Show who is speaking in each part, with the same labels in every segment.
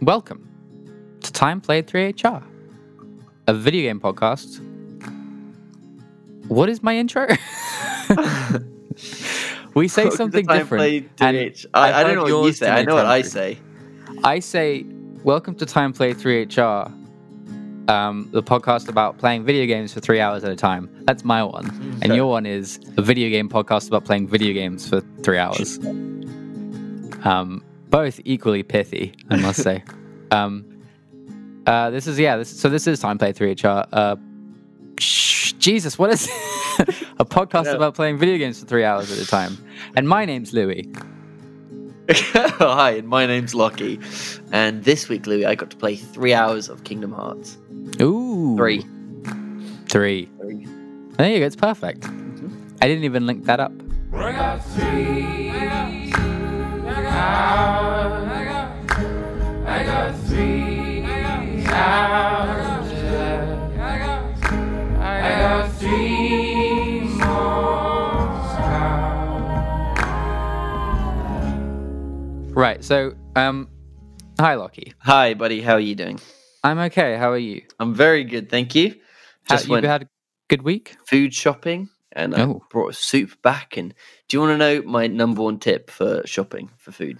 Speaker 1: Welcome to Time Played 3HR, a video game podcast. What is my intro? we say
Speaker 2: Welcome to
Speaker 1: something
Speaker 2: Time
Speaker 1: different.
Speaker 2: Play
Speaker 1: and
Speaker 2: 3H. I,
Speaker 1: I've
Speaker 2: I don't
Speaker 1: heard
Speaker 2: know what you
Speaker 1: yours
Speaker 2: say.
Speaker 1: to
Speaker 2: I
Speaker 1: me,
Speaker 2: know what I
Speaker 1: Tanfred.
Speaker 2: say.
Speaker 1: I say, Welcome to Time Played 3HR, um, the podcast about playing video games for three hours at a time. That's my one. And
Speaker 2: Sure.
Speaker 1: your one is a video game podcast about playing video games for three hours. Um, both equally pithy, I must say. Um, uh, this is, yeah, this, so this is Time Play 3HR. Uh, sh- Jesus, what is a podcast
Speaker 2: Yeah.
Speaker 1: about playing video games for three hours at a time? And my name's Louis.
Speaker 2: Hi, and my name's Lockie. And this week, Louis, I got to play three hours of Kingdom Hearts.
Speaker 1: Ooh.
Speaker 2: Three.
Speaker 1: Three.
Speaker 2: Three.
Speaker 1: There you go. It's perfect. I didn't even link that up. Right. So, um, hi, Lockie.
Speaker 2: Hi, buddy. How are you doing?
Speaker 1: I'm okay. How are you?
Speaker 2: I'm very good, thank you.
Speaker 1: How,
Speaker 2: Just
Speaker 1: you've
Speaker 2: went
Speaker 1: had a good week?
Speaker 2: food shopping and I
Speaker 1: Oh.
Speaker 2: brought a soup back. And do you want to know my number one tip for shopping for food?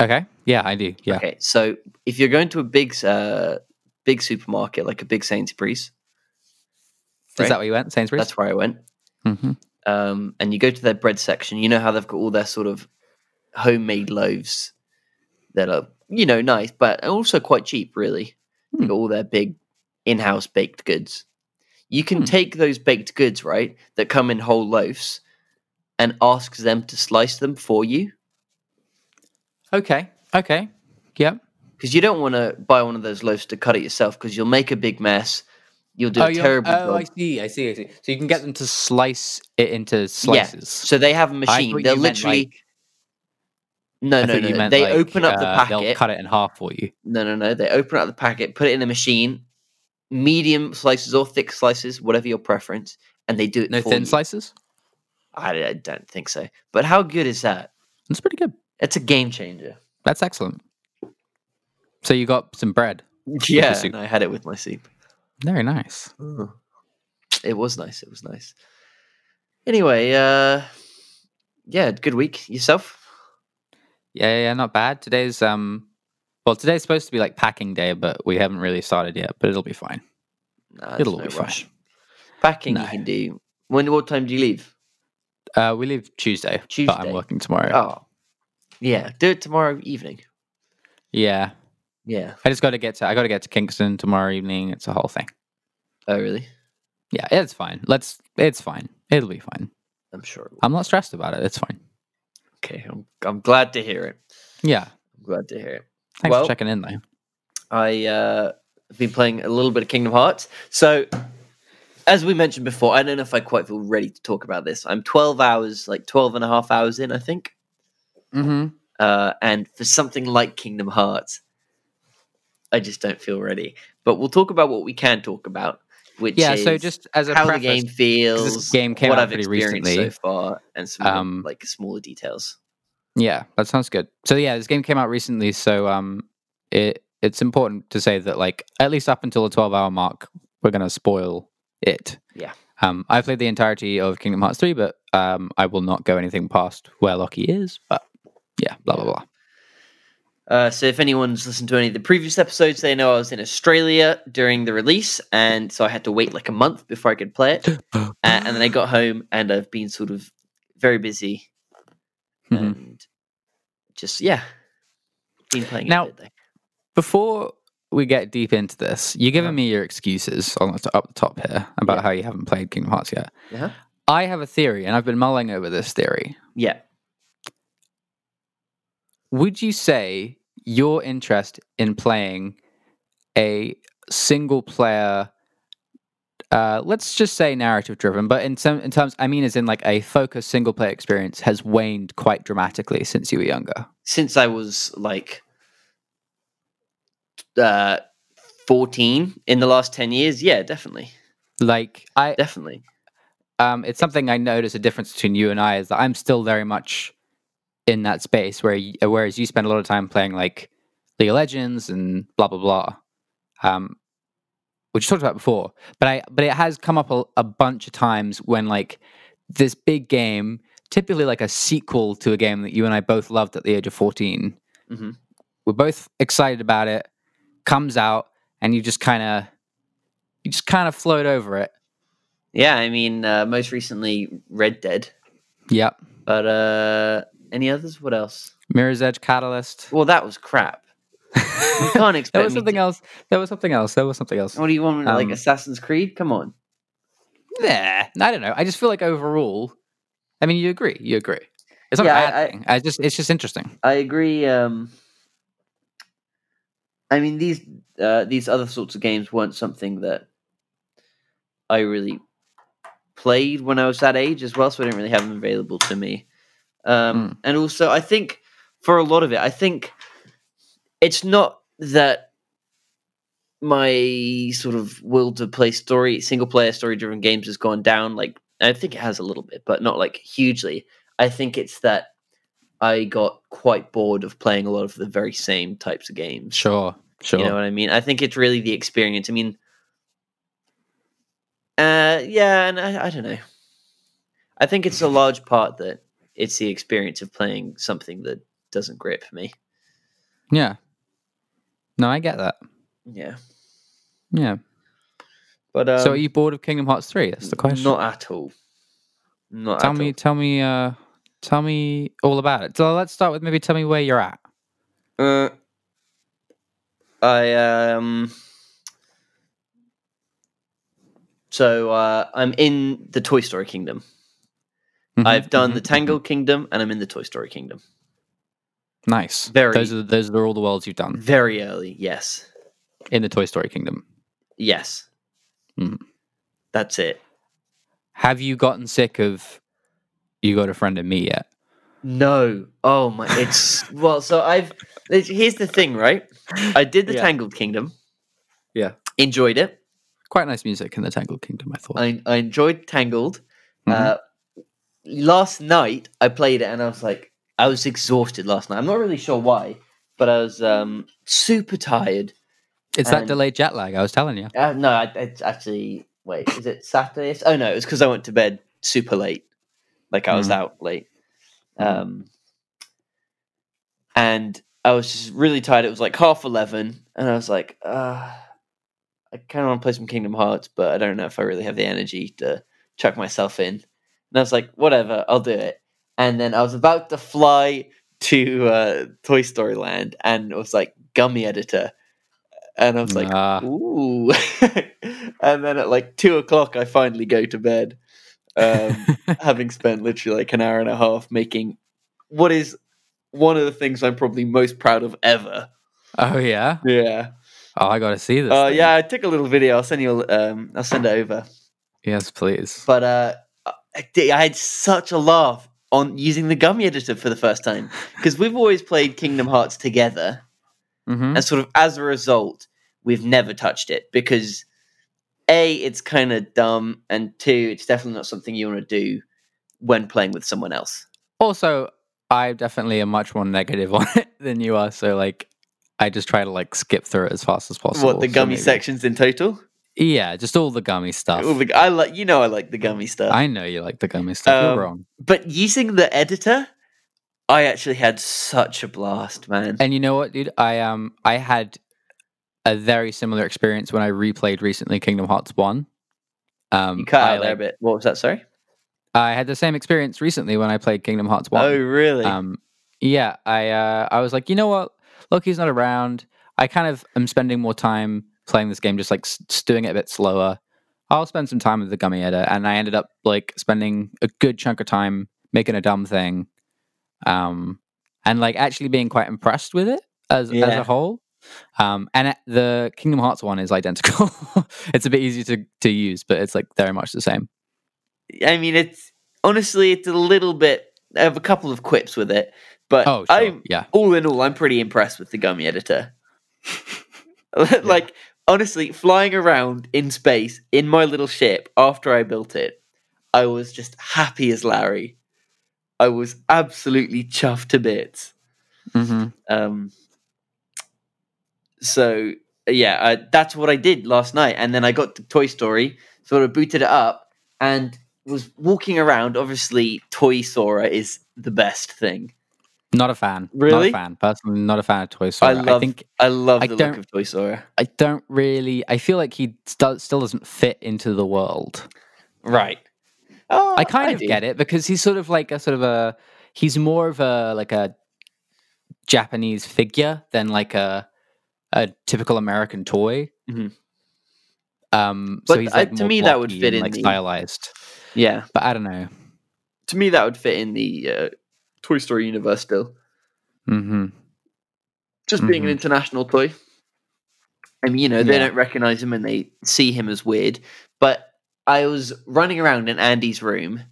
Speaker 1: Okay. Yeah, I do. Yeah.
Speaker 2: Okay, so if you're going to a big, uh, big supermarket like a big Sainsbury's,
Speaker 1: Is
Speaker 2: right?
Speaker 1: that where you went? Sainsbury's?
Speaker 2: That's where I went.
Speaker 1: hmm
Speaker 2: um, and you go to their bread section, you know how they've got all their sort of homemade loaves that are, you know, nice, but also quite cheap, really. They
Speaker 1: Hmm.
Speaker 2: got all their big in house baked goods. You can
Speaker 1: Hmm.
Speaker 2: take those baked goods, right, that come in whole loaves and ask them to slice them for you
Speaker 1: Okay. Okay. Yep.
Speaker 2: because you don't want to buy one of those loaves to cut it yourself because you'll make a big mess. You'll do a
Speaker 1: you're-
Speaker 2: terrible
Speaker 1: oh, I
Speaker 2: job.
Speaker 1: see. I see. I see. So you can get them to slice it into slices.
Speaker 2: So they have a machine.
Speaker 1: thought
Speaker 2: They'll
Speaker 1: you meant,
Speaker 2: literally.
Speaker 1: like-
Speaker 2: no,
Speaker 1: I
Speaker 2: no,
Speaker 1: thought
Speaker 2: no.
Speaker 1: you meant
Speaker 2: they
Speaker 1: like,
Speaker 2: open up the
Speaker 1: uh,
Speaker 2: packet.
Speaker 1: They'll cut it in half for you.
Speaker 2: No, no, no. They open up the packet, put it in the machine, medium slices or thick slices, whatever your preference, and they do it
Speaker 1: No
Speaker 2: for
Speaker 1: thin
Speaker 2: you.
Speaker 1: slices.
Speaker 2: I, I don't think so. But how good is that?
Speaker 1: That's pretty good.
Speaker 2: It's a game changer.
Speaker 1: That's excellent. So you got some bread. your
Speaker 2: Yeah,
Speaker 1: soup.
Speaker 2: and I had it with my soup.
Speaker 1: Very nice.
Speaker 2: It was nice. It was nice. Anyway, uh, yeah, good week yourself.
Speaker 1: Yeah, yeah, yeah, not bad. Today's um, well, today's supposed to be like packing day, but we haven't really started yet. But it'll be fine.
Speaker 2: Nah, there's
Speaker 1: It'll all
Speaker 2: no
Speaker 1: be fine.
Speaker 2: rush. Packing
Speaker 1: No.
Speaker 2: you can do. When what time do you leave?
Speaker 1: Uh, we leave Tuesday, but
Speaker 2: Tuesday.
Speaker 1: I'm working tomorrow.
Speaker 2: Oh, yeah, do it tomorrow evening.
Speaker 1: Yeah,
Speaker 2: Yeah.
Speaker 1: I just got to get to. I got to get to Kingston tomorrow evening. It's a whole thing.
Speaker 2: Oh, really?
Speaker 1: Yeah, it's fine. Let's. It's fine. It'll be fine.
Speaker 2: I'm sure. It will.
Speaker 1: I'm not stressed about it. It's fine.
Speaker 2: Okay, I'm, I'm glad to hear it.
Speaker 1: Yeah.
Speaker 2: I'm glad to hear it.
Speaker 1: Thanks
Speaker 2: Well-
Speaker 1: for checking in, though.
Speaker 2: I uh, have been playing a little bit of Kingdom Hearts. So, as we mentioned before, I don't know if I quite feel ready to talk about this. I'm 12 hours, like 12 and a half hours in, I think.
Speaker 1: Mm-hmm.
Speaker 2: Uh, and for something like Kingdom Hearts, I just don't feel ready. But we'll talk about what we can talk about, which
Speaker 1: Yeah. So
Speaker 2: is
Speaker 1: just as a
Speaker 2: how the
Speaker 1: preface,
Speaker 2: game feels,
Speaker 1: game came
Speaker 2: what
Speaker 1: out
Speaker 2: I've
Speaker 1: pretty
Speaker 2: experienced
Speaker 1: recently.
Speaker 2: so far, and some of the,
Speaker 1: Um,
Speaker 2: like smaller details.
Speaker 1: Yeah, that sounds good. So yeah, this game came out recently, so um, it it's important to say that like at least up until the twelve hour mark, we're gonna spoil it.
Speaker 2: Yeah.
Speaker 1: Um, I played the entirety of Kingdom Hearts three, but um, I will not go anything past where Lockie is. But yeah, blah blah blah.
Speaker 2: Uh, so if anyone's listened to any of the previous episodes, they know I was in Australia during the release, and so I had to wait like a month before I could play it. Uh, and then I got home, and I've been sort of very busy,
Speaker 1: Mhm.
Speaker 2: and just yeah, been playing it
Speaker 1: Now-
Speaker 2: a bit though.
Speaker 1: Before we get deep into this, you're giving me your excuses on the, up the top here about
Speaker 2: Yeah.
Speaker 1: how you haven't played Kingdom Hearts yet.
Speaker 2: Uh-huh.
Speaker 1: I have a theory, and I've been mulling over this theory.
Speaker 2: Yeah,
Speaker 1: would you say your interest in playing a single player uh, let's just say narrative driven but in some in terms i mean as in like a focused single player experience has waned quite dramatically since you were younger
Speaker 2: since I was like uh, fourteen in the last ten years, yeah, definitely,
Speaker 1: like i
Speaker 2: definitely.
Speaker 1: um, it's something I notice a difference between you and I is that I'm still very much in that space where y- whereas you spend a lot of time playing like League of Legends and blah blah blah, um, which we talked about before. But I but it has come up a, a bunch of times when like this big game, typically like a sequel to a game that you and I both loved at the age of 14
Speaker 2: Mhm.
Speaker 1: We're both excited about it. Comes out and you just kind of you just kind of float over it.
Speaker 2: Yeah, I mean, uh, most recently Red Dead,
Speaker 1: Yep.
Speaker 2: but uh, any others? What else?
Speaker 1: Mirror's Edge Catalyst.
Speaker 2: Well, that was crap. You can't expect.
Speaker 1: there was
Speaker 2: me
Speaker 1: something
Speaker 2: to-
Speaker 1: else. There was something else. There was something else.
Speaker 2: What do you want? like
Speaker 1: Um,
Speaker 2: Assassin's Creed? Come on.
Speaker 1: Nah, I don't know. I just feel like overall, I mean, you agree. You agree. It's not
Speaker 2: Yeah,
Speaker 1: a bad
Speaker 2: I- I-
Speaker 1: thing. I just it's just interesting.
Speaker 2: I agree. Um, I mean these uh, these other sorts of games weren't something that I really played when I was that age as well, so I didn't really have them available to me. Um, And also, I think for a lot of it, I think it's not that my sort of will to play story single player story driven games has gone down. Like I think it has a little bit, but not like hugely. I think it's that I got quite bored of playing a lot of the very same types of games.
Speaker 1: Sure, sure.
Speaker 2: You know what I mean? I think it's really the experience. I mean, uh, yeah, and I, I don't know. I think it's a large part that it's the experience of playing something that doesn't grip me.
Speaker 1: yeah. No, I get that.
Speaker 2: Yeah,
Speaker 1: Yeah.
Speaker 2: but um,
Speaker 1: so, are you bored of Kingdom Hearts three? That's the question.
Speaker 2: Not at all. Not
Speaker 1: tell
Speaker 2: at
Speaker 1: me, tell me, uh, tell me all about it. So let's start with maybe tell me where you're at.
Speaker 2: all. Uh, I um. So uh, I'm in the Toy Story Kingdom.
Speaker 1: Mm-hmm.
Speaker 2: I've done the Tangled Kingdom, and I'm in the Toy Story Kingdom.
Speaker 1: mm-hmm. Nice.
Speaker 2: very-
Speaker 1: Those are those are all the worlds you've done
Speaker 2: Very early, yes.
Speaker 1: in the Toy Story Kingdom.
Speaker 2: Yes.
Speaker 1: Mhm.
Speaker 2: That's it.
Speaker 1: Have you gotten sick of? You got a friend of me yet?
Speaker 2: No. Oh my it's well, so I've it's- here's the thing, right? I did the
Speaker 1: Yeah.
Speaker 2: Tangled Kingdom.
Speaker 1: Yeah.
Speaker 2: Enjoyed it.
Speaker 1: Quite nice music in the Tangled Kingdom, I thought.
Speaker 2: I I enjoyed Tangled.
Speaker 1: Mhm.
Speaker 2: Uh last night I played it and I was like I was exhausted last night. I'm not really sure why, but I was um super tired.
Speaker 1: it's that
Speaker 2: and-
Speaker 1: delayed jet lag I was telling you.
Speaker 2: Uh, no, I, it's actually wait, is it Saturday? Oh no, it was because I went to bed super late, like I was
Speaker 1: Mhm.
Speaker 2: out late,
Speaker 1: Mhm.
Speaker 2: um, and I was just really tired. It was like half eleven, and I was like, uh, I kind of want to play some Kingdom Hearts, but I don't know if I really have the energy to chuck myself in. And I was like, whatever, I'll do it. And then I was about to fly to uh, Toy Story Land, and it was like gummy editor, and I was like.
Speaker 1: Nah.
Speaker 2: Ooh. and then at like two o'clock, I finally go to bed, um, having spent literally like an hour and a half making what is one of the things I'm probably most proud of ever.
Speaker 1: oh yeah.
Speaker 2: Yeah.
Speaker 1: Oh, I got to see this.
Speaker 2: Uh,
Speaker 1: thing.
Speaker 2: yeah, I took a little video. I'll send you. a- Um, I'll send it over.
Speaker 1: Yes, please.
Speaker 2: But uh, I, did- I had such a laugh on using the gummy editor for the first time because we've always played Kingdom Hearts together.
Speaker 1: hmm
Speaker 2: and sort of as a result we've never touched it because a it's kind of dumb and two it's definitely not something you want to do when playing with someone else
Speaker 1: Also, I definitely am much more negative on it than you are. So like, I just try to like skip through it as fast as possible.
Speaker 2: what the
Speaker 1: so
Speaker 2: gummy
Speaker 1: maybe-
Speaker 2: sections in total
Speaker 1: Yeah, just all the gummy stuff.
Speaker 2: All the- i like you know i like the gummy stuff
Speaker 1: Mm. I know you like the gummy stuff.
Speaker 2: Um,
Speaker 1: You're wrong.
Speaker 2: but using the editor i actually had such a blast man
Speaker 1: And you know what, dude? I um I had a very similar experience when I replayed recently Kingdom Hearts One. Um,
Speaker 2: you cut
Speaker 1: I,
Speaker 2: out there a
Speaker 1: like-
Speaker 2: bit what was that sorry
Speaker 1: I had the same experience recently when I played Kingdom Hearts One.
Speaker 2: oh really
Speaker 1: Um, yeah, I uh, I was like, you know what? Loki's not around. I kind of am spending more time playing this game, just like s- s- doing it a bit slower. I'll spend some time with the gummy editor, and I ended up like spending a good chunk of time making a dumb thing, um, and like actually being quite impressed with it as as
Speaker 2: Yeah.
Speaker 1: a whole. Um, and it- the Kingdom Hearts one is identical. it's a bit easier to to use, but it's like very much the same.
Speaker 2: I mean, it's honestly, it's a little bit. I have a couple of quips with it, but
Speaker 1: Oh, sure.
Speaker 2: I'm
Speaker 1: yeah.
Speaker 2: all in all, I'm pretty impressed with the gummy editor. like honestly, flying around in space in my little ship after I built it, I was just happy as Larry. I was absolutely chuffed to bits.
Speaker 1: Mm-hmm.
Speaker 2: Um, So yeah, I, that's what I did last night, and then I got to Toy Story, sort of booted it up, and was walking around. Obviously, Toy Sora is the best thing.
Speaker 1: Not a fan.
Speaker 2: Really?
Speaker 1: Not a fan. Personally, not a fan of Toy Story.
Speaker 2: I love. I,
Speaker 1: think
Speaker 2: love
Speaker 1: I
Speaker 2: the
Speaker 1: don't-
Speaker 2: look of Toy Sora.
Speaker 1: I don't really. I feel like he st- still doesn't fit into the world.
Speaker 2: Right. Oh,
Speaker 1: I kind of get it because he's sort of like a sort of a. He's more of a like a Japanese figure than like a a typical American toy.
Speaker 2: Mhm.
Speaker 1: Um, so
Speaker 2: But
Speaker 1: he's
Speaker 2: I-
Speaker 1: like
Speaker 2: to
Speaker 1: more
Speaker 2: me, that would
Speaker 1: blocky
Speaker 2: fit
Speaker 1: and,
Speaker 2: in
Speaker 1: like
Speaker 2: the-
Speaker 1: stylized.
Speaker 2: Yeah.
Speaker 1: But I don't know.
Speaker 2: To me, that would fit in the uh, Toy Story universe still.
Speaker 1: hmm
Speaker 2: just being an
Speaker 1: Mhm.
Speaker 2: international toy. I mean, you know, they
Speaker 1: Yeah.
Speaker 2: don't recognize him and they see him as weird. But I was running around in Andy's room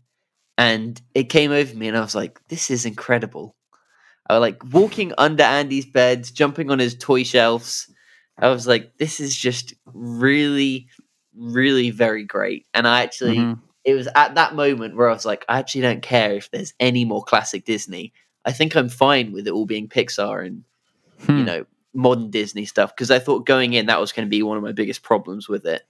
Speaker 2: and it came over me and I was like, this is incredible. I was like walking under Andy's bed, jumping on his toy shelves. I was like, this is just really, really very great. And I actually,
Speaker 1: Mhm.
Speaker 2: it was at that moment where I was like, I actually don't care if there's any more classic Disney. I think I'm fine with it all being Pixar and you
Speaker 1: Hmm.
Speaker 2: know modern Disney stuff because I thought going in that was going to be one of my biggest problems with it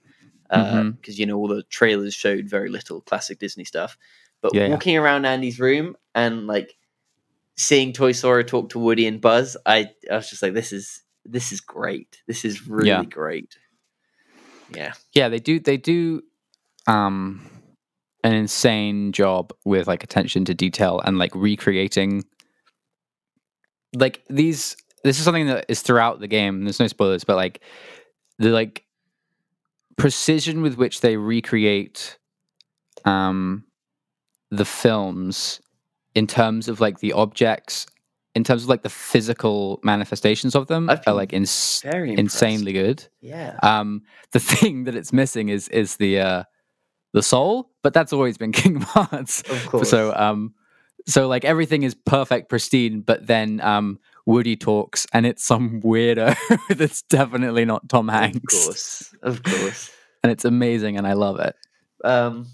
Speaker 2: because
Speaker 1: Mhm.
Speaker 2: you know all the trailers showed very little classic Disney stuff. But
Speaker 1: Yeah, yeah.
Speaker 2: walking around Andy's room and like seeing Toy Sora talk to Woody and Buzz, I, I was just like, this is this is great. This is really
Speaker 1: Yeah.
Speaker 2: great. Yeah,
Speaker 1: yeah they do they do um an insane job with like attention to detail and like recreating like these this is something that is throughout the game there's no spoilers but like the like precision with which they recreate um the films in terms of like the objects in terms of like the physical manifestations of them
Speaker 2: I've
Speaker 1: are
Speaker 2: been
Speaker 1: like ins-
Speaker 2: very impressed.
Speaker 1: insanely good
Speaker 2: Yeah,
Speaker 1: um, the thing that it's missing is is the uh, the soul, but that's always been Kingdom Hearts.
Speaker 2: of course.
Speaker 1: So um, so like everything is perfect, pristine, but then um, Woody talks, and it's some weirdo that's definitely not Tom
Speaker 2: of
Speaker 1: Hanks,
Speaker 2: course, of course.
Speaker 1: and it's amazing, and I love it.
Speaker 2: Um,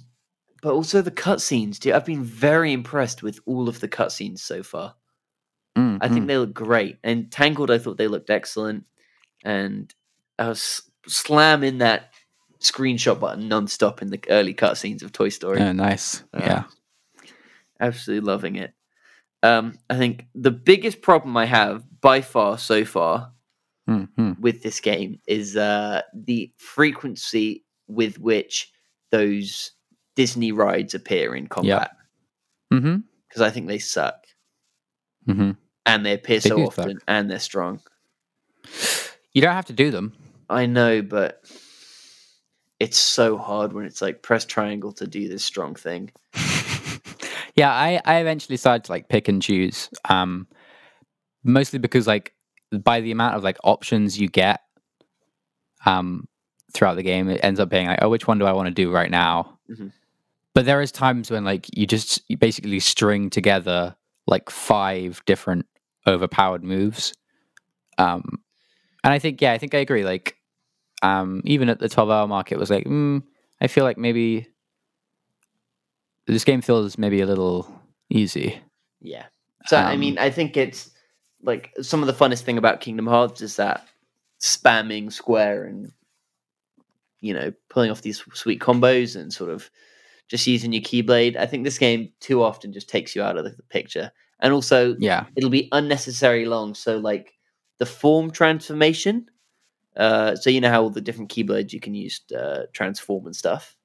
Speaker 2: but also the cutscenes, dude. I've been very impressed with all of the cutscenes so far.
Speaker 1: Mm,
Speaker 2: I think
Speaker 1: mm.
Speaker 2: they look great. And Tangled, I thought they looked excellent. And I was slamming that screenshot button nonstop in the early cutscenes of Toy Story.
Speaker 1: Oh, nice.
Speaker 2: Uh,
Speaker 1: yeah.
Speaker 2: Absolutely loving it. Um, I think the biggest problem I have by far so far
Speaker 1: Mm, mm.
Speaker 2: with this game is uh, the frequency with which those Disney rides appear in combat.
Speaker 1: hmm
Speaker 2: because I think they suck
Speaker 1: hmm
Speaker 2: and they appear
Speaker 1: They
Speaker 2: so
Speaker 1: do
Speaker 2: often and they're strong.
Speaker 1: You don't have to do them.
Speaker 2: I know, but it's so hard when it's like press triangle to do this strong thing.
Speaker 1: yeah, I, I eventually started to like pick and choose. Um, mostly because like by the amount of like options you get um throughout the game, it ends up being like, oh, which one do I want to do right now?
Speaker 2: Mhm.
Speaker 1: But there is times when like you just you basically string together like five different overpowered moves. Um, and I think yeah, I think I agree. Like, um, even at the twelve hour mark, it was like, mm, I feel like maybe this game feels maybe a little easy.
Speaker 2: Yeah. So I
Speaker 1: Um,
Speaker 2: mean, I think it's like some of the funnest thing about Kingdom Hearts is that spamming square and you know pulling off these sweet combos and sort of just using your keyblade. I think this game too often just takes you out of the picture. And also,
Speaker 1: Yeah.
Speaker 2: it'll be unnecessarily long. So like the form transformation. Uh, so you know how all the different keyblades you can use uh, transform and stuff.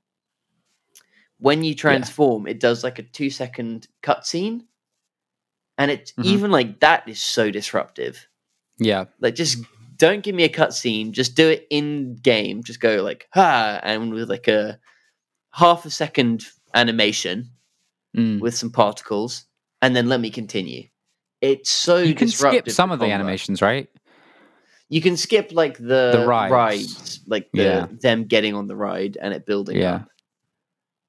Speaker 2: When you transform, it does like a two second cutscene, and it's
Speaker 1: Mhm.
Speaker 2: even like that is so disruptive.
Speaker 1: Yeah.
Speaker 2: Like just don't give me a cutscene. Just do it in game. Just go like ha, and with like a half a second animation,
Speaker 1: Mm.
Speaker 2: with some particles, and then let me continue. It's so
Speaker 1: You can
Speaker 2: disruptive
Speaker 1: skip
Speaker 2: to
Speaker 1: some of the
Speaker 2: combat.
Speaker 1: animations, right?
Speaker 2: You can skip like the,
Speaker 1: The rides.
Speaker 2: rides. like the
Speaker 1: Yeah.
Speaker 2: them getting on the ride and it building
Speaker 1: Yeah.
Speaker 2: up.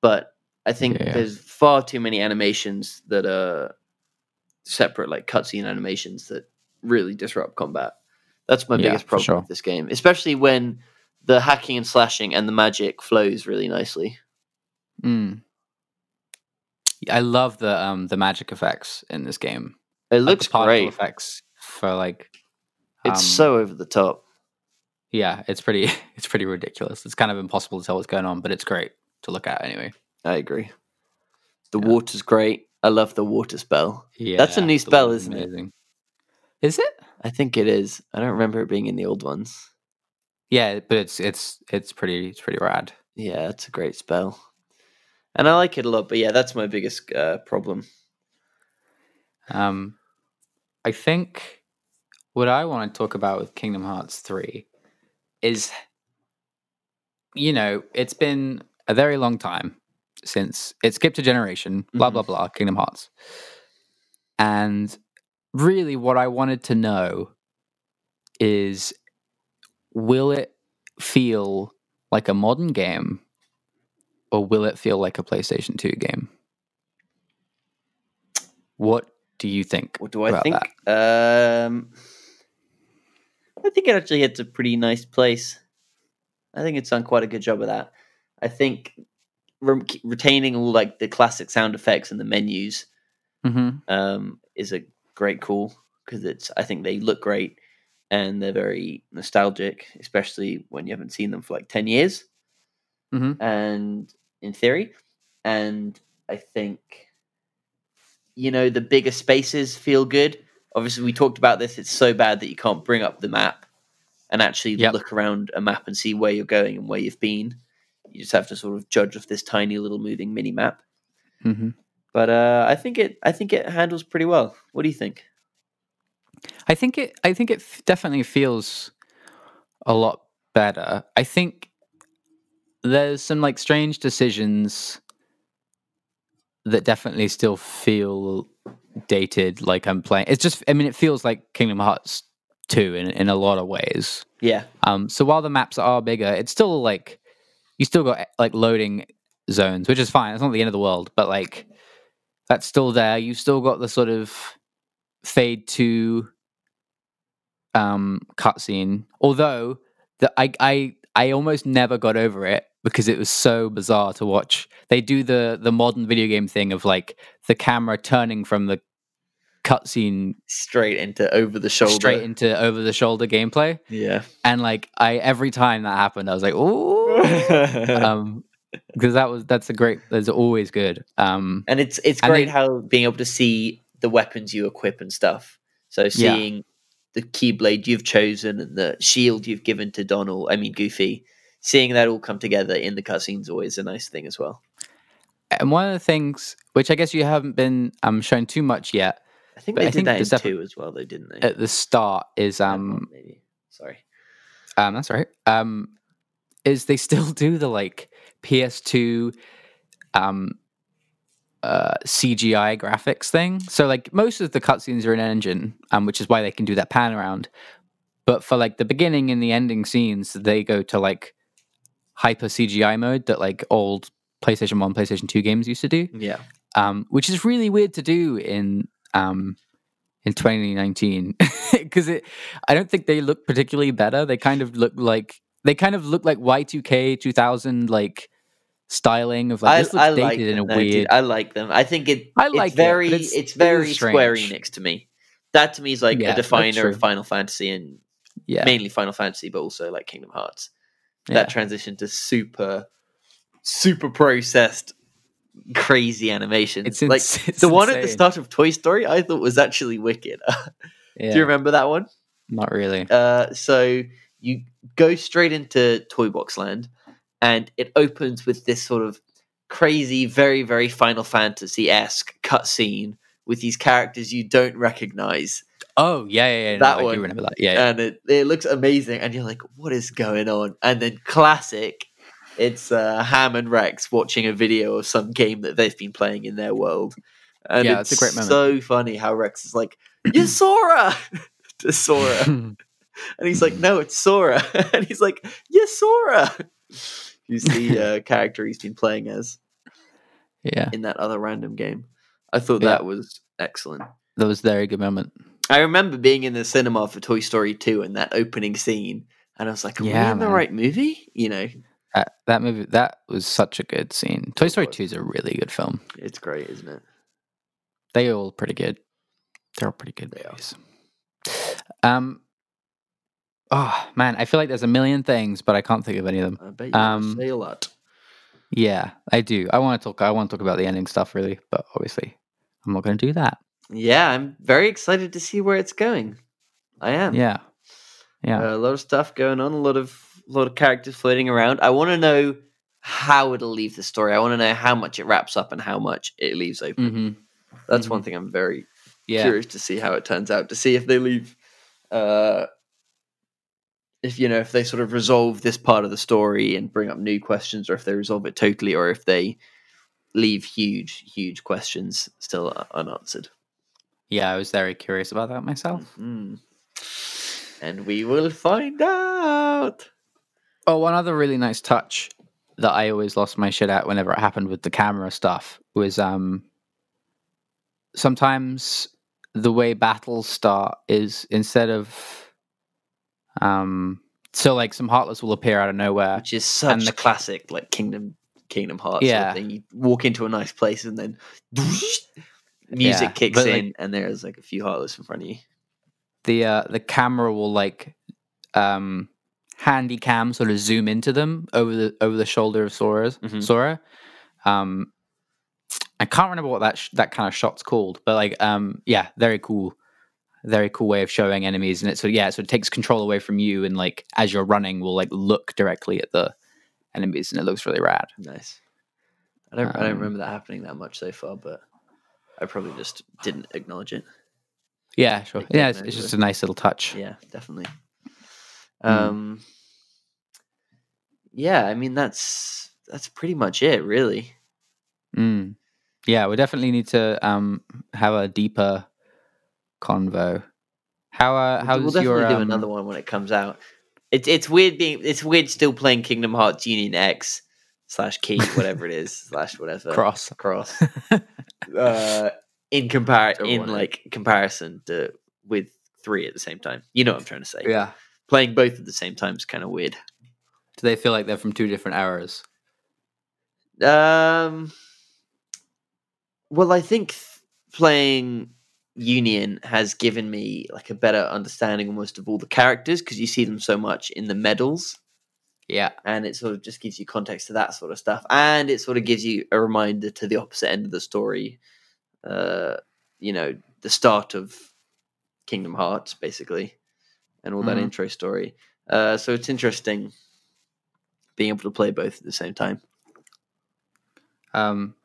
Speaker 2: But I think
Speaker 1: Yeah.
Speaker 2: there's far too many animations that are separate, like cutscene animations that really disrupt combat. That's my
Speaker 1: Yeah,
Speaker 2: biggest
Speaker 1: for
Speaker 2: problem
Speaker 1: sure.
Speaker 2: with this game, especially when the hacking and slashing and the magic flows really nicely. uh,
Speaker 1: Mm. I love the um the magic effects in this game.
Speaker 2: It
Speaker 1: Like, the
Speaker 2: looks
Speaker 1: particle
Speaker 2: great.
Speaker 1: effects for like
Speaker 2: It's
Speaker 1: um,
Speaker 2: so over the top.
Speaker 1: yeah, it's pretty it's pretty ridiculous. It's kind of impossible to tell what's going on, but it's great to look at anyway.
Speaker 2: I agree. The
Speaker 1: Yeah.
Speaker 2: water's great. I love the water spell.
Speaker 1: Yeah,
Speaker 2: a new
Speaker 1: the
Speaker 2: spell,
Speaker 1: water's
Speaker 2: isn't it?
Speaker 1: amazing. Is it?
Speaker 2: I think it is. I don't remember it being in the old ones.
Speaker 1: Yeah, but it's it's it's pretty it's pretty rad.
Speaker 2: Yeah, it's a great spell. And I like it a lot, but yeah, that's my biggest uh, problem.
Speaker 1: Um, I think what I want to talk about with Kingdom Hearts 3 is, you know, it's been a very long time since it skipped a generation, blah,
Speaker 2: Mhm.
Speaker 1: blah, blah, Kingdom Hearts. And really, what I wanted to know is will it feel like a modern game or will it feel like a PlayStation 2 game? What do you think?
Speaker 2: What do I
Speaker 1: about
Speaker 2: think?
Speaker 1: that?
Speaker 2: Um, I think it actually hits a pretty nice place. I think it's done quite a good job of that. I think re- retaining all like the classic sound effects and the menus
Speaker 1: Mm-hmm.
Speaker 2: um, is a great call because it's. I think they look great and they're very nostalgic, especially when you haven't seen them for like ten years.
Speaker 1: Mhm.
Speaker 2: And in theory, and I think you know the bigger spaces feel good. Obviously, we talked about this. It's so bad that you can't bring up the map and actually
Speaker 1: Yep.
Speaker 2: look around a map and see where you're going and where you've been. You just have to sort of judge off this tiny little moving mini map
Speaker 1: Mm-hmm.
Speaker 2: but uh, I think it I think it handles pretty well. What do you think?
Speaker 1: I think it. I think it f- definitely feels a lot better. I think there's some like strange decisions that definitely still feel dated. Like I'm playing. It's just. I mean, it feels like Kingdom Hearts two in in a lot of ways.
Speaker 2: Yeah,
Speaker 1: Um, so while the maps are bigger, it's still like you still got like loading zones, which is fine. It's not the end of the world, but like that's still there. You still got the sort of fade to um cutscene. Although the, I I I almost never got over it because it was so bizarre to watch. They do the the modern video game thing of like the camera turning from the cutscene
Speaker 2: straight into over the shoulder.
Speaker 1: straight into over the shoulder gameplay.
Speaker 2: Yeah.
Speaker 1: And like I every time that happened, I was like, "Ooh," um, because that was that's a great. That's always good. Um,
Speaker 2: and it's it's
Speaker 1: and
Speaker 2: great
Speaker 1: they-
Speaker 2: how being able to see the weapons you equip and stuff. So seeing the keyblade you've chosen and the shield you've given to Donald, I mean Goofy, seeing that all come together in the cutscenes always a nice thing as well.
Speaker 1: and one of the things which I guess you haven't been um shown too much yet
Speaker 2: I think
Speaker 1: But
Speaker 2: they
Speaker 1: I
Speaker 2: did
Speaker 1: think
Speaker 2: that in
Speaker 1: there's defi-
Speaker 2: two as well, though, didn't they?
Speaker 1: at the start is
Speaker 2: That
Speaker 1: um
Speaker 2: one, maybe. Sorry.
Speaker 1: um that's all right um is they still do the like PS2 um uh CGI graphics thing. So like most of the cutscenes are in engine, um, which is why they can do that pan around. But for like the beginning and the ending scenes, they go to like hyper CGI mode that like old PlayStation 1, PlayStation 2 games used to do.
Speaker 2: Yeah.
Speaker 1: Um, which is really weird to do in um in 2019 because it I don't think they look particularly better. They kind of look like they kind of look like Y2K 2000 like styling of like this looks dated in a
Speaker 2: them, though, dude.
Speaker 1: weird
Speaker 2: I like them. I think it.
Speaker 1: I
Speaker 2: I
Speaker 1: like it,
Speaker 2: like it's
Speaker 1: but
Speaker 2: very.
Speaker 1: it's-
Speaker 2: It's,
Speaker 1: it is
Speaker 2: very Square
Speaker 1: strange.
Speaker 2: Enix to me. That to me is like
Speaker 1: Yeah,
Speaker 2: a
Speaker 1: that's
Speaker 2: definer
Speaker 1: true.
Speaker 2: of Final Fantasy and
Speaker 1: yeah.
Speaker 2: mainly Final Fantasy, but also like Kingdom Hearts.
Speaker 1: Yeah.
Speaker 2: That transition to super, super processed, crazy animation.
Speaker 1: It's
Speaker 2: like
Speaker 1: ins- it's
Speaker 2: the one at the
Speaker 1: insane.
Speaker 2: start of Toy Story. I thought was actually wicked.
Speaker 1: Yeah,
Speaker 2: Do you remember that one?
Speaker 1: not really.
Speaker 2: Uh, so you go straight into Toy Box Land, and it opens with this sort of crazy, very, very Final Fantasy esque cutscene with these characters you don't recognize,
Speaker 1: Oh yeah, yeah, yeah. no,
Speaker 2: that
Speaker 1: I
Speaker 2: one.
Speaker 1: do remember that. Yeah, yeah.
Speaker 2: and it, it looks amazing, and you're like, "What is going on?" And then classic. It's uh, Ham and Rex watching a video of some game that they've been playing in their world, and
Speaker 1: Yeah,
Speaker 2: it's
Speaker 1: it's a great moment.
Speaker 2: so funny how Rex is like, "You're Sora," to Sora, and he's like, "No, it's Sora." and he's like, "Yes, Sora." Who's the uh, character he's been playing as
Speaker 1: yeah,
Speaker 2: in that other random game? I thought
Speaker 1: Yeah.
Speaker 2: that was excellent.
Speaker 1: that was a very good moment.
Speaker 2: I remember being in the cinema for Toy Story 2 and that opening scene, and I was like, "Are
Speaker 1: Yeah,
Speaker 2: we in the
Speaker 1: man.
Speaker 2: right movie?" You know,
Speaker 1: That, that movie, that was such a good scene. Toy Story
Speaker 2: was.
Speaker 1: Two is a really good film.
Speaker 2: it's great, isn't it?
Speaker 1: They all pretty good. They're all pretty good
Speaker 2: They are.
Speaker 1: movies. Um, oh man, I feel like there's a million things, but I can't think of any of them.
Speaker 2: I bet you
Speaker 1: Um,
Speaker 2: say a lot.
Speaker 1: Yeah, I do. I want to talk. I want to talk about the ending stuff, really, but obviously, I'm not going to do that.
Speaker 2: Yeah, I'm very excited to see where it's going. I am.
Speaker 1: Yeah, yeah.
Speaker 2: Uh, a lot of stuff going on. A lot of lot of characters floating around. I want to know how it'll leave the story. I want to know how much it wraps up and how much it leaves open.
Speaker 1: hmm
Speaker 2: That's one thing I'm very
Speaker 1: Yeah.
Speaker 2: curious to see how it turns out. To see if they leave, uh, if you know, if they sort of resolve this part of the story and bring up new questions, or if they resolve it totally, or if they leave huge, huge questions still u- unanswered.
Speaker 1: Yeah, I was very curious about that myself.
Speaker 2: Mm. And we will find out.
Speaker 1: Oh, one other really nice touch that I always lost my shit at whenever it happened with the camera stuff was um sometimes the way battles start is instead of um so like some heartless will appear out of nowhere.
Speaker 2: Which is such
Speaker 1: the-
Speaker 2: a classic, like Kingdom Kingdom Hearts
Speaker 1: Yeah.
Speaker 2: yeah. thing. You walk into a nice place and then music
Speaker 1: Yeah,
Speaker 2: kicks
Speaker 1: but, like-
Speaker 2: in, and there's like a few heartless in front of you.
Speaker 1: The uh the camera will like um handy cam sort of zoom into them over the over the shoulder of Sora's
Speaker 2: Mhm.
Speaker 1: Sora. Um I can't remember what that sh- that kind of shot's called, but like um yeah, very cool. Very cool way of showing enemies and it so yeah, so it takes control away from you and like as you're running will like look directly at the enemies and it looks really rad.
Speaker 2: Nice. I don't I don't
Speaker 1: Um,
Speaker 2: remember that happening that much so far, but I probably just didn't acknowledge it.
Speaker 1: Yeah, sure.
Speaker 2: Like that
Speaker 1: Yeah, it's,
Speaker 2: mode
Speaker 1: it's
Speaker 2: with-
Speaker 1: just a nice little touch.
Speaker 2: Yeah, definitely.
Speaker 1: Hmm.
Speaker 2: Um Yeah, I mean that's that's pretty much it, really.
Speaker 1: Mm. Yeah, we definitely need to um have a deeper convo. How uh,
Speaker 2: We'll
Speaker 1: how's
Speaker 2: do- we'll definitely
Speaker 1: your
Speaker 2: do another one when it comes out. It's it's weird being it's weird still playing Kingdom Hearts Union X slash key, whatever it is, slash whatever.
Speaker 1: cross?
Speaker 2: cross uh in compar
Speaker 1: Double
Speaker 2: in
Speaker 1: one, eh?
Speaker 2: like comparison to with three at the same time. You know what I'm trying to say.
Speaker 1: Yeah.
Speaker 2: Playing both at the same time is kind of weird.
Speaker 1: Do they feel like they're from two different eras?
Speaker 2: Um, well, I think th- playing Union has given me like a better understanding almost of all the characters because you see them so much in the medals,
Speaker 1: Yeah.
Speaker 2: and it sort of just gives you context to that sort of stuff, and it sort of gives you a reminder to the opposite end of the story. Uh, you know, the start of Kingdom Hearts, basically, and all that
Speaker 1: Mhm.
Speaker 2: intro story. Uh, so it's interesting being able to play both at the same time.
Speaker 1: Um.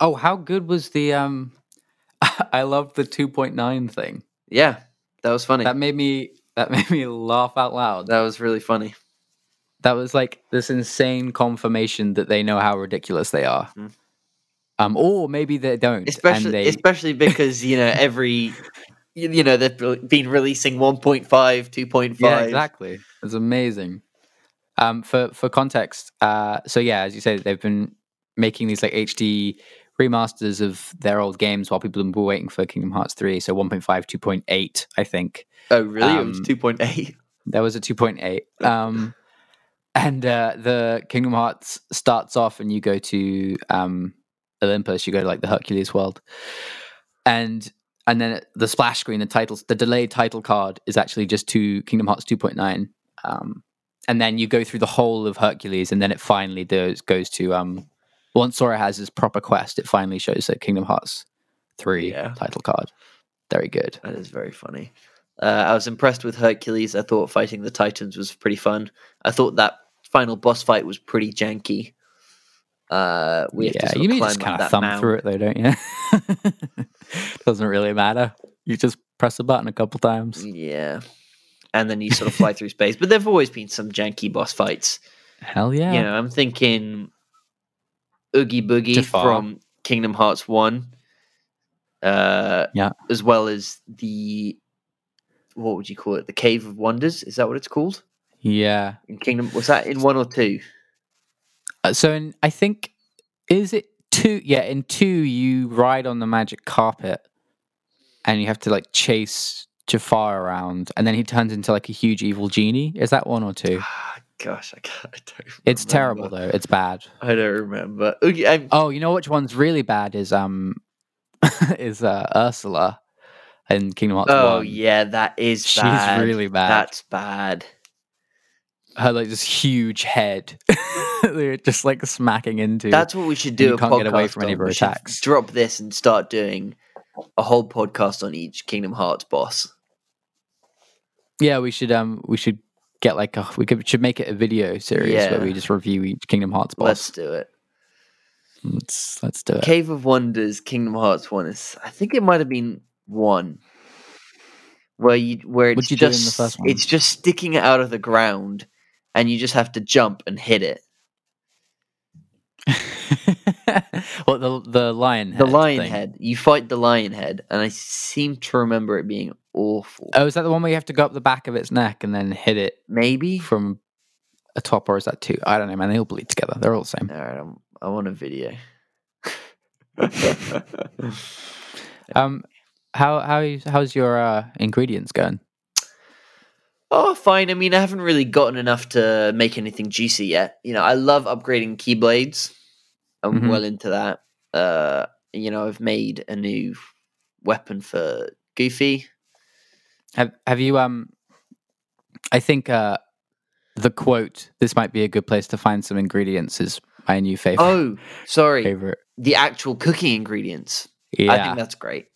Speaker 1: Oh, how good was the um? I loved the two point nine thing.
Speaker 2: Yeah, that was funny.
Speaker 1: That
Speaker 2: That,
Speaker 1: made me that made me laugh out loud.
Speaker 2: was really funny.
Speaker 1: That was like this insane confirmation that they know how ridiculous they are.
Speaker 2: Mhm.
Speaker 1: Um, or maybe they don't.
Speaker 2: Especially
Speaker 1: and they,
Speaker 2: especially because, you know, every you, you know, they've re- been releasing 1.5, 2.5.
Speaker 1: Yeah, exactly. It's amazing. Um, for for context, uh, so yeah, as you say, they've been making these like HD remasters of their old games while people were waiting for Kingdom Hearts 3. So 1.5, 2.8, I think.
Speaker 2: Oh, really? it was
Speaker 1: Um,
Speaker 2: 2.8.
Speaker 1: There was a 2.8. Um, and uh, the Kingdom Hearts starts off, and you go to um, Olympus, you go to like the Hercules world. And and then the splash screen, the titles, the delayed title card is actually just to Kingdom Hearts 2.9. Um, and then you go through the whole of Hercules, and then it finally does, goes to um, once Sora has his proper quest, it finally shows that Kingdom Hearts 3
Speaker 2: Yeah.
Speaker 1: title card. Very good.
Speaker 2: That is very funny. Uh, I was impressed with Hercules. I thought fighting the Titans was pretty fun. I thought that final boss fight was pretty janky. Uh, we have to
Speaker 1: yeah,
Speaker 2: sort
Speaker 1: you
Speaker 2: of
Speaker 1: may
Speaker 2: climb
Speaker 1: just
Speaker 2: up
Speaker 1: kind of
Speaker 2: that
Speaker 1: thumb
Speaker 2: mound.
Speaker 1: through it though, don't you? Doesn't really matter. You just press a button a couple
Speaker 2: Mm,
Speaker 1: times.
Speaker 2: Yeah. And then you sort of fly through space. But there've always been some janky boss fights.
Speaker 1: Hell yeah!
Speaker 2: You know, I'm thinking Oogie Boogie
Speaker 1: Jafar.
Speaker 2: from Kingdom Hearts 1. Uh,
Speaker 1: Yeah.
Speaker 2: As well as the, what would you call it? The Cave of Wonders? Is that what it's called?
Speaker 1: Yeah.
Speaker 2: In Kingdom, was that in 1 or 2?
Speaker 1: Uh, so, in, I think is it two? Yeah, in two you ride on the magic carpet, and you have to like chase Jafar around, and then he turns into like a huge evil genie. Is that one or two?
Speaker 2: Ah, Gosh, I, can't, I don't
Speaker 1: It's
Speaker 2: remember.
Speaker 1: terrible though. It's bad.
Speaker 2: I don't remember. Oogie, um, I'm,
Speaker 1: Oh, you know which one's really bad is um is uh, Ursula. in Kingdom Hearts
Speaker 2: Oh
Speaker 1: 1.
Speaker 2: yeah, that is
Speaker 1: She's
Speaker 2: bad.
Speaker 1: really bad.
Speaker 2: That's bad.
Speaker 1: Her like this huge head, they're just like smacking into.
Speaker 2: That's what we should do.
Speaker 1: you
Speaker 2: a
Speaker 1: can't get away
Speaker 2: podcast
Speaker 1: from any of
Speaker 2: on.
Speaker 1: her
Speaker 2: We should
Speaker 1: attacks.
Speaker 2: Drop this and start doing a whole podcast on each Kingdom Hearts boss.
Speaker 1: yeah, we should um we should get like a, we could should make it a video series where
Speaker 2: Yeah.
Speaker 1: we just review each Kingdom Hearts
Speaker 2: Let's
Speaker 1: boss.
Speaker 2: do it.
Speaker 1: Let's let's do it.
Speaker 2: Cave of Wonders, Kingdom Hearts one is. I think it might have been one. Where you where it's
Speaker 1: What'd you do in the
Speaker 2: just
Speaker 1: first one?
Speaker 2: it's just sticking it out of the ground, and you just have to jump and hit it.
Speaker 1: well, the the lion
Speaker 2: The
Speaker 1: head
Speaker 2: lion
Speaker 1: thing.
Speaker 2: head. You fight the lion head, and I seem to remember it being awful.
Speaker 1: Oh, is that the one where you have to go up the back of its neck and then hit it
Speaker 2: Maybe.
Speaker 1: from a top, or is that two? I don't know, man. They all bleed together. They're all the same.
Speaker 2: All right, I'm, I want a video.
Speaker 1: Um, how how you- how's your uh, ingredients going?
Speaker 2: oh, fine. I mean, I haven't really gotten enough to make anything juicy yet. You know, I love upgrading keyblades. I'm
Speaker 1: Mhm.
Speaker 2: well into that. Uh, you know, I've made a new weapon for Goofy.
Speaker 1: Have have you um? I think uh, the quote. This might be a good place to find some ingredients. Is my new favorite.
Speaker 2: Oh, sorry,
Speaker 1: favorite.
Speaker 2: the actual cooking ingredients. I think
Speaker 1: Yeah.
Speaker 2: that's great.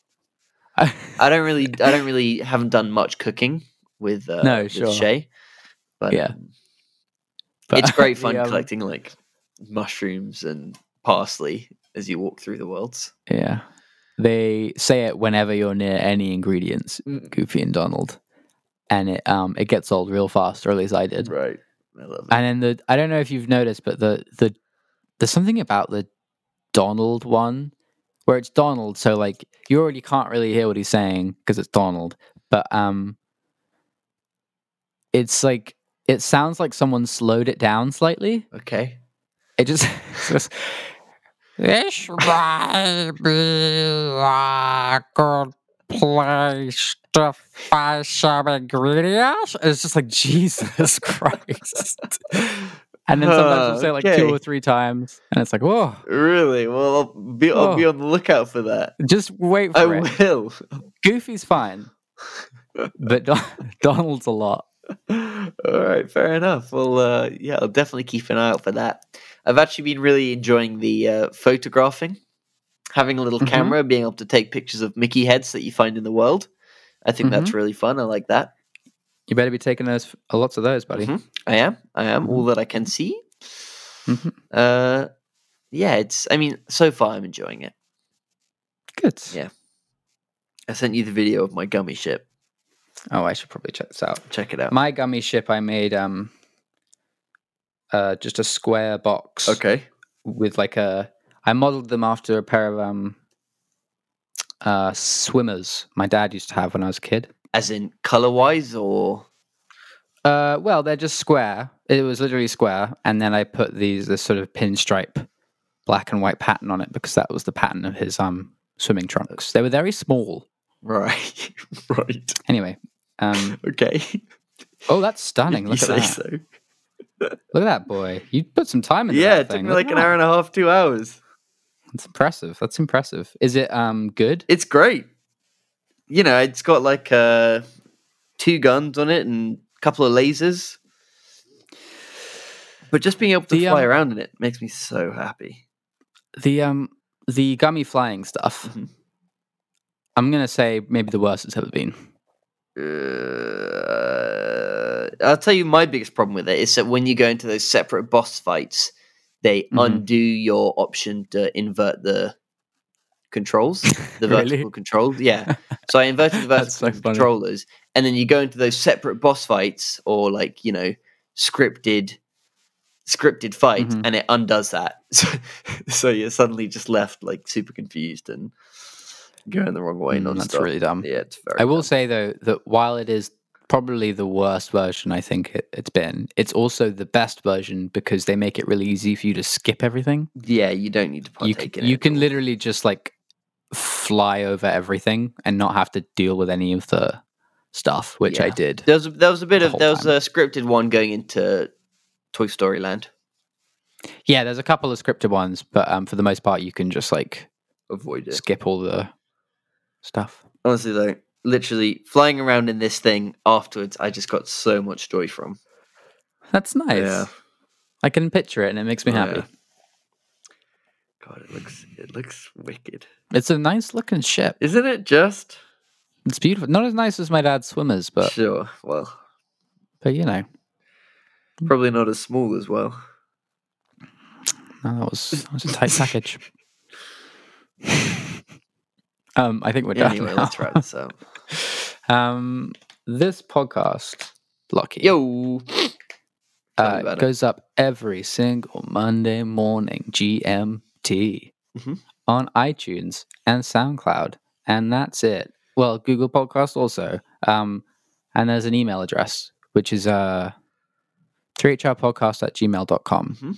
Speaker 2: I don't really, I don't really, haven't done much cooking with uh,
Speaker 1: No,
Speaker 2: with
Speaker 1: sure.
Speaker 2: Shay, but
Speaker 1: Yeah.
Speaker 2: um,
Speaker 1: But
Speaker 2: it's great
Speaker 1: the,
Speaker 2: fun
Speaker 1: um,
Speaker 2: collecting like mushrooms and parsley as you walk through the worlds.
Speaker 1: Yeah. They say it whenever you're near any ingredients,
Speaker 2: Mm.
Speaker 1: Goofy and Donald. And it um it gets old real fast, or at least I did.
Speaker 2: Right, I love it.
Speaker 1: And then the I don't know if you've noticed, but the the there's something about the Donald one where it's Donald, so like you already can't really hear what he's saying because it's Donald. But um it's like it sounds like someone slowed it down slightly.
Speaker 2: Okay,
Speaker 1: It just, it's just- this might be a good place to find some ingredients. It's just like Jesus Christ. And then sometimes we'll say it like two or
Speaker 2: Okay.
Speaker 1: three times, and it's like, whoa,
Speaker 2: really? Well, I'll be, I'll be
Speaker 1: Oh.
Speaker 2: on the lookout for that.
Speaker 1: just wait
Speaker 2: I
Speaker 1: for it.
Speaker 2: will.
Speaker 1: Goofy's fine, but Don- Donald's a lot.
Speaker 2: All right, fair enough. Well, uh, yeah, I'll definitely keep an eye out for that. I've actually been really enjoying the uh, photographing, having a little
Speaker 1: Mhm.
Speaker 2: camera, being able to take pictures of Mickey heads that you find in the world. I think that's
Speaker 1: Mm-hmm.
Speaker 2: really fun. I like that.
Speaker 1: You better be taking those lots of those, buddy.
Speaker 2: Mhm. I am. I am
Speaker 1: Mm-hmm.
Speaker 2: all that I can see.
Speaker 1: Mhm.
Speaker 2: Uh, yeah, it's. I mean, so far I'm enjoying it.
Speaker 1: Good.
Speaker 2: Yeah. I sent you the video of my gummy ship.
Speaker 1: Oh, I should probably check this out.
Speaker 2: Check it out.
Speaker 1: my gummy ship i made um uh just a square box
Speaker 2: okay.
Speaker 1: with like a i modeled them after a pair of um uh swimmers my dad used to have when i was a kid
Speaker 2: As in color wise, or
Speaker 1: uh well they're just square it was literally square and then i put these this sort of pinstripe black and white pattern on it because that was the pattern of his um swimming trunks they were very small
Speaker 2: right, right.
Speaker 1: anyway um
Speaker 2: Okay.
Speaker 1: oh that's stunning
Speaker 2: You
Speaker 1: look at
Speaker 2: say
Speaker 1: that
Speaker 2: so.
Speaker 1: look at that boy you put some time into
Speaker 2: Yeah,
Speaker 1: that
Speaker 2: it took
Speaker 1: thing.
Speaker 2: me
Speaker 1: Look
Speaker 2: like
Speaker 1: at
Speaker 2: an
Speaker 1: that.
Speaker 2: hour and a half, two hours.
Speaker 1: That's impressive. That's impressive. Is it um good?
Speaker 2: It's great. You know, it's got like uh, two guns on it and a couple of lasers. But just being able to
Speaker 1: The,
Speaker 2: fly
Speaker 1: um,
Speaker 2: around in it makes me so happy.
Speaker 1: The um the gummy flying stuff.
Speaker 2: Mhm.
Speaker 1: I'm gonna say maybe the worst it's ever been.
Speaker 2: Uh, I'll tell you my biggest problem with it is that when you go into those separate boss fights, they
Speaker 1: Mhm.
Speaker 2: undo your option to invert the controls, the
Speaker 1: Really?
Speaker 2: vertical controls. Yeah. So I inverted the vertical
Speaker 1: That's so funny.
Speaker 2: controllers, and then you go into those separate boss fights or like you know scripted scripted fight
Speaker 1: Mhm.
Speaker 2: and it undoes that so, so you're suddenly just left like super confused and going the wrong way
Speaker 1: Mm,
Speaker 2: non-stop.
Speaker 1: that's really dumb.
Speaker 2: yeah it's very
Speaker 1: I will
Speaker 2: dumb.
Speaker 1: say though that while it is probably the worst version I think it, it's been, it's also the best version because they make it really easy for you to skip everything.
Speaker 2: Yeah, you don't need to
Speaker 1: you
Speaker 2: partake
Speaker 1: can,
Speaker 2: in it.
Speaker 1: you
Speaker 2: at
Speaker 1: can
Speaker 2: all.
Speaker 1: literally just like fly over everything and not have to deal with any of the stuff, which I
Speaker 2: Yeah.
Speaker 1: did.
Speaker 2: There was there was a bit
Speaker 1: the
Speaker 2: of
Speaker 1: whole
Speaker 2: there was
Speaker 1: time.
Speaker 2: a scripted one going into Toy Story Land.
Speaker 1: Yeah, there's a couple of scripted ones, but um for the most part you can just like
Speaker 2: Avoid
Speaker 1: skip all the stuff.
Speaker 2: Honestly, though, literally flying around in this thing afterwards, I just got so much joy from.
Speaker 1: That's nice.
Speaker 2: Yeah.
Speaker 1: I can picture it and it makes me
Speaker 2: Oh, yeah.
Speaker 1: happy.
Speaker 2: God, it looks it looks wicked,
Speaker 1: It's a nice looking ship.
Speaker 2: isn't it? Just
Speaker 1: It's beautiful. Not as nice as my dad's swimmers, but
Speaker 2: sure. Well,
Speaker 1: but you know, Hmm.
Speaker 2: probably not as small as well.
Speaker 1: no, that was that was a tight package. um, I think we're done.
Speaker 2: anyway,
Speaker 1: now.
Speaker 2: let's wrap this up.
Speaker 1: Um, this podcast, Lucky,
Speaker 2: Yo, tell me
Speaker 1: uh,
Speaker 2: about it.
Speaker 1: goes up every single Monday morning GMT
Speaker 2: Mhm.
Speaker 1: on iTunes and SoundCloud, and that's it. Well, Google Podcast also. Um, and there's an email address which is uh, 3hrpodcast at gmail.com.
Speaker 2: Mhm.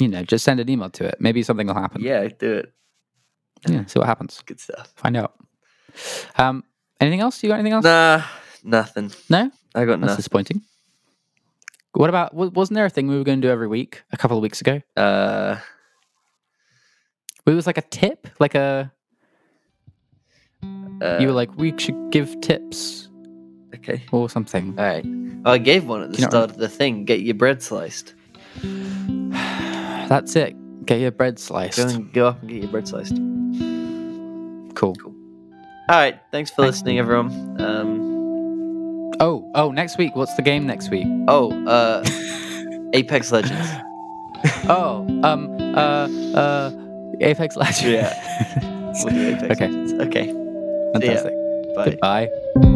Speaker 1: You know, just send an email to it. Maybe something will happen.
Speaker 2: yeah, do it.
Speaker 1: yeah see what happens.
Speaker 2: Good stuff.
Speaker 1: Find out. Um, anything else? You got anything else?
Speaker 2: Nah, nothing.
Speaker 1: No?
Speaker 2: I got
Speaker 1: That's
Speaker 2: nothing.
Speaker 1: disappointing. What about wa- wasn't there a thing we were going to do every week a couple of weeks ago?
Speaker 2: Uh,
Speaker 1: It was like a tip, like a
Speaker 2: uh,
Speaker 1: you were like we should give tips
Speaker 2: okay.
Speaker 1: or something.
Speaker 2: All right. Oh, I gave one at the
Speaker 1: Do you not
Speaker 2: start of the thing. Get your bread sliced.
Speaker 1: That's it. Get your bread sliced.
Speaker 2: Go and go up and get your bread sliced.
Speaker 1: Cool.
Speaker 2: All right. Thanks for
Speaker 1: Thanks.
Speaker 2: listening, everyone. Um,
Speaker 1: Oh, oh, next week. What's the game next week?
Speaker 2: oh, uh, Apex Legends.
Speaker 1: Oh, um, uh, uh, Apex Legends.
Speaker 2: Yeah. We'll do Apex
Speaker 1: Okay.
Speaker 2: Legends. Okay.
Speaker 1: Fantastic.
Speaker 2: Bye.
Speaker 1: Goodbye.
Speaker 2: Bye.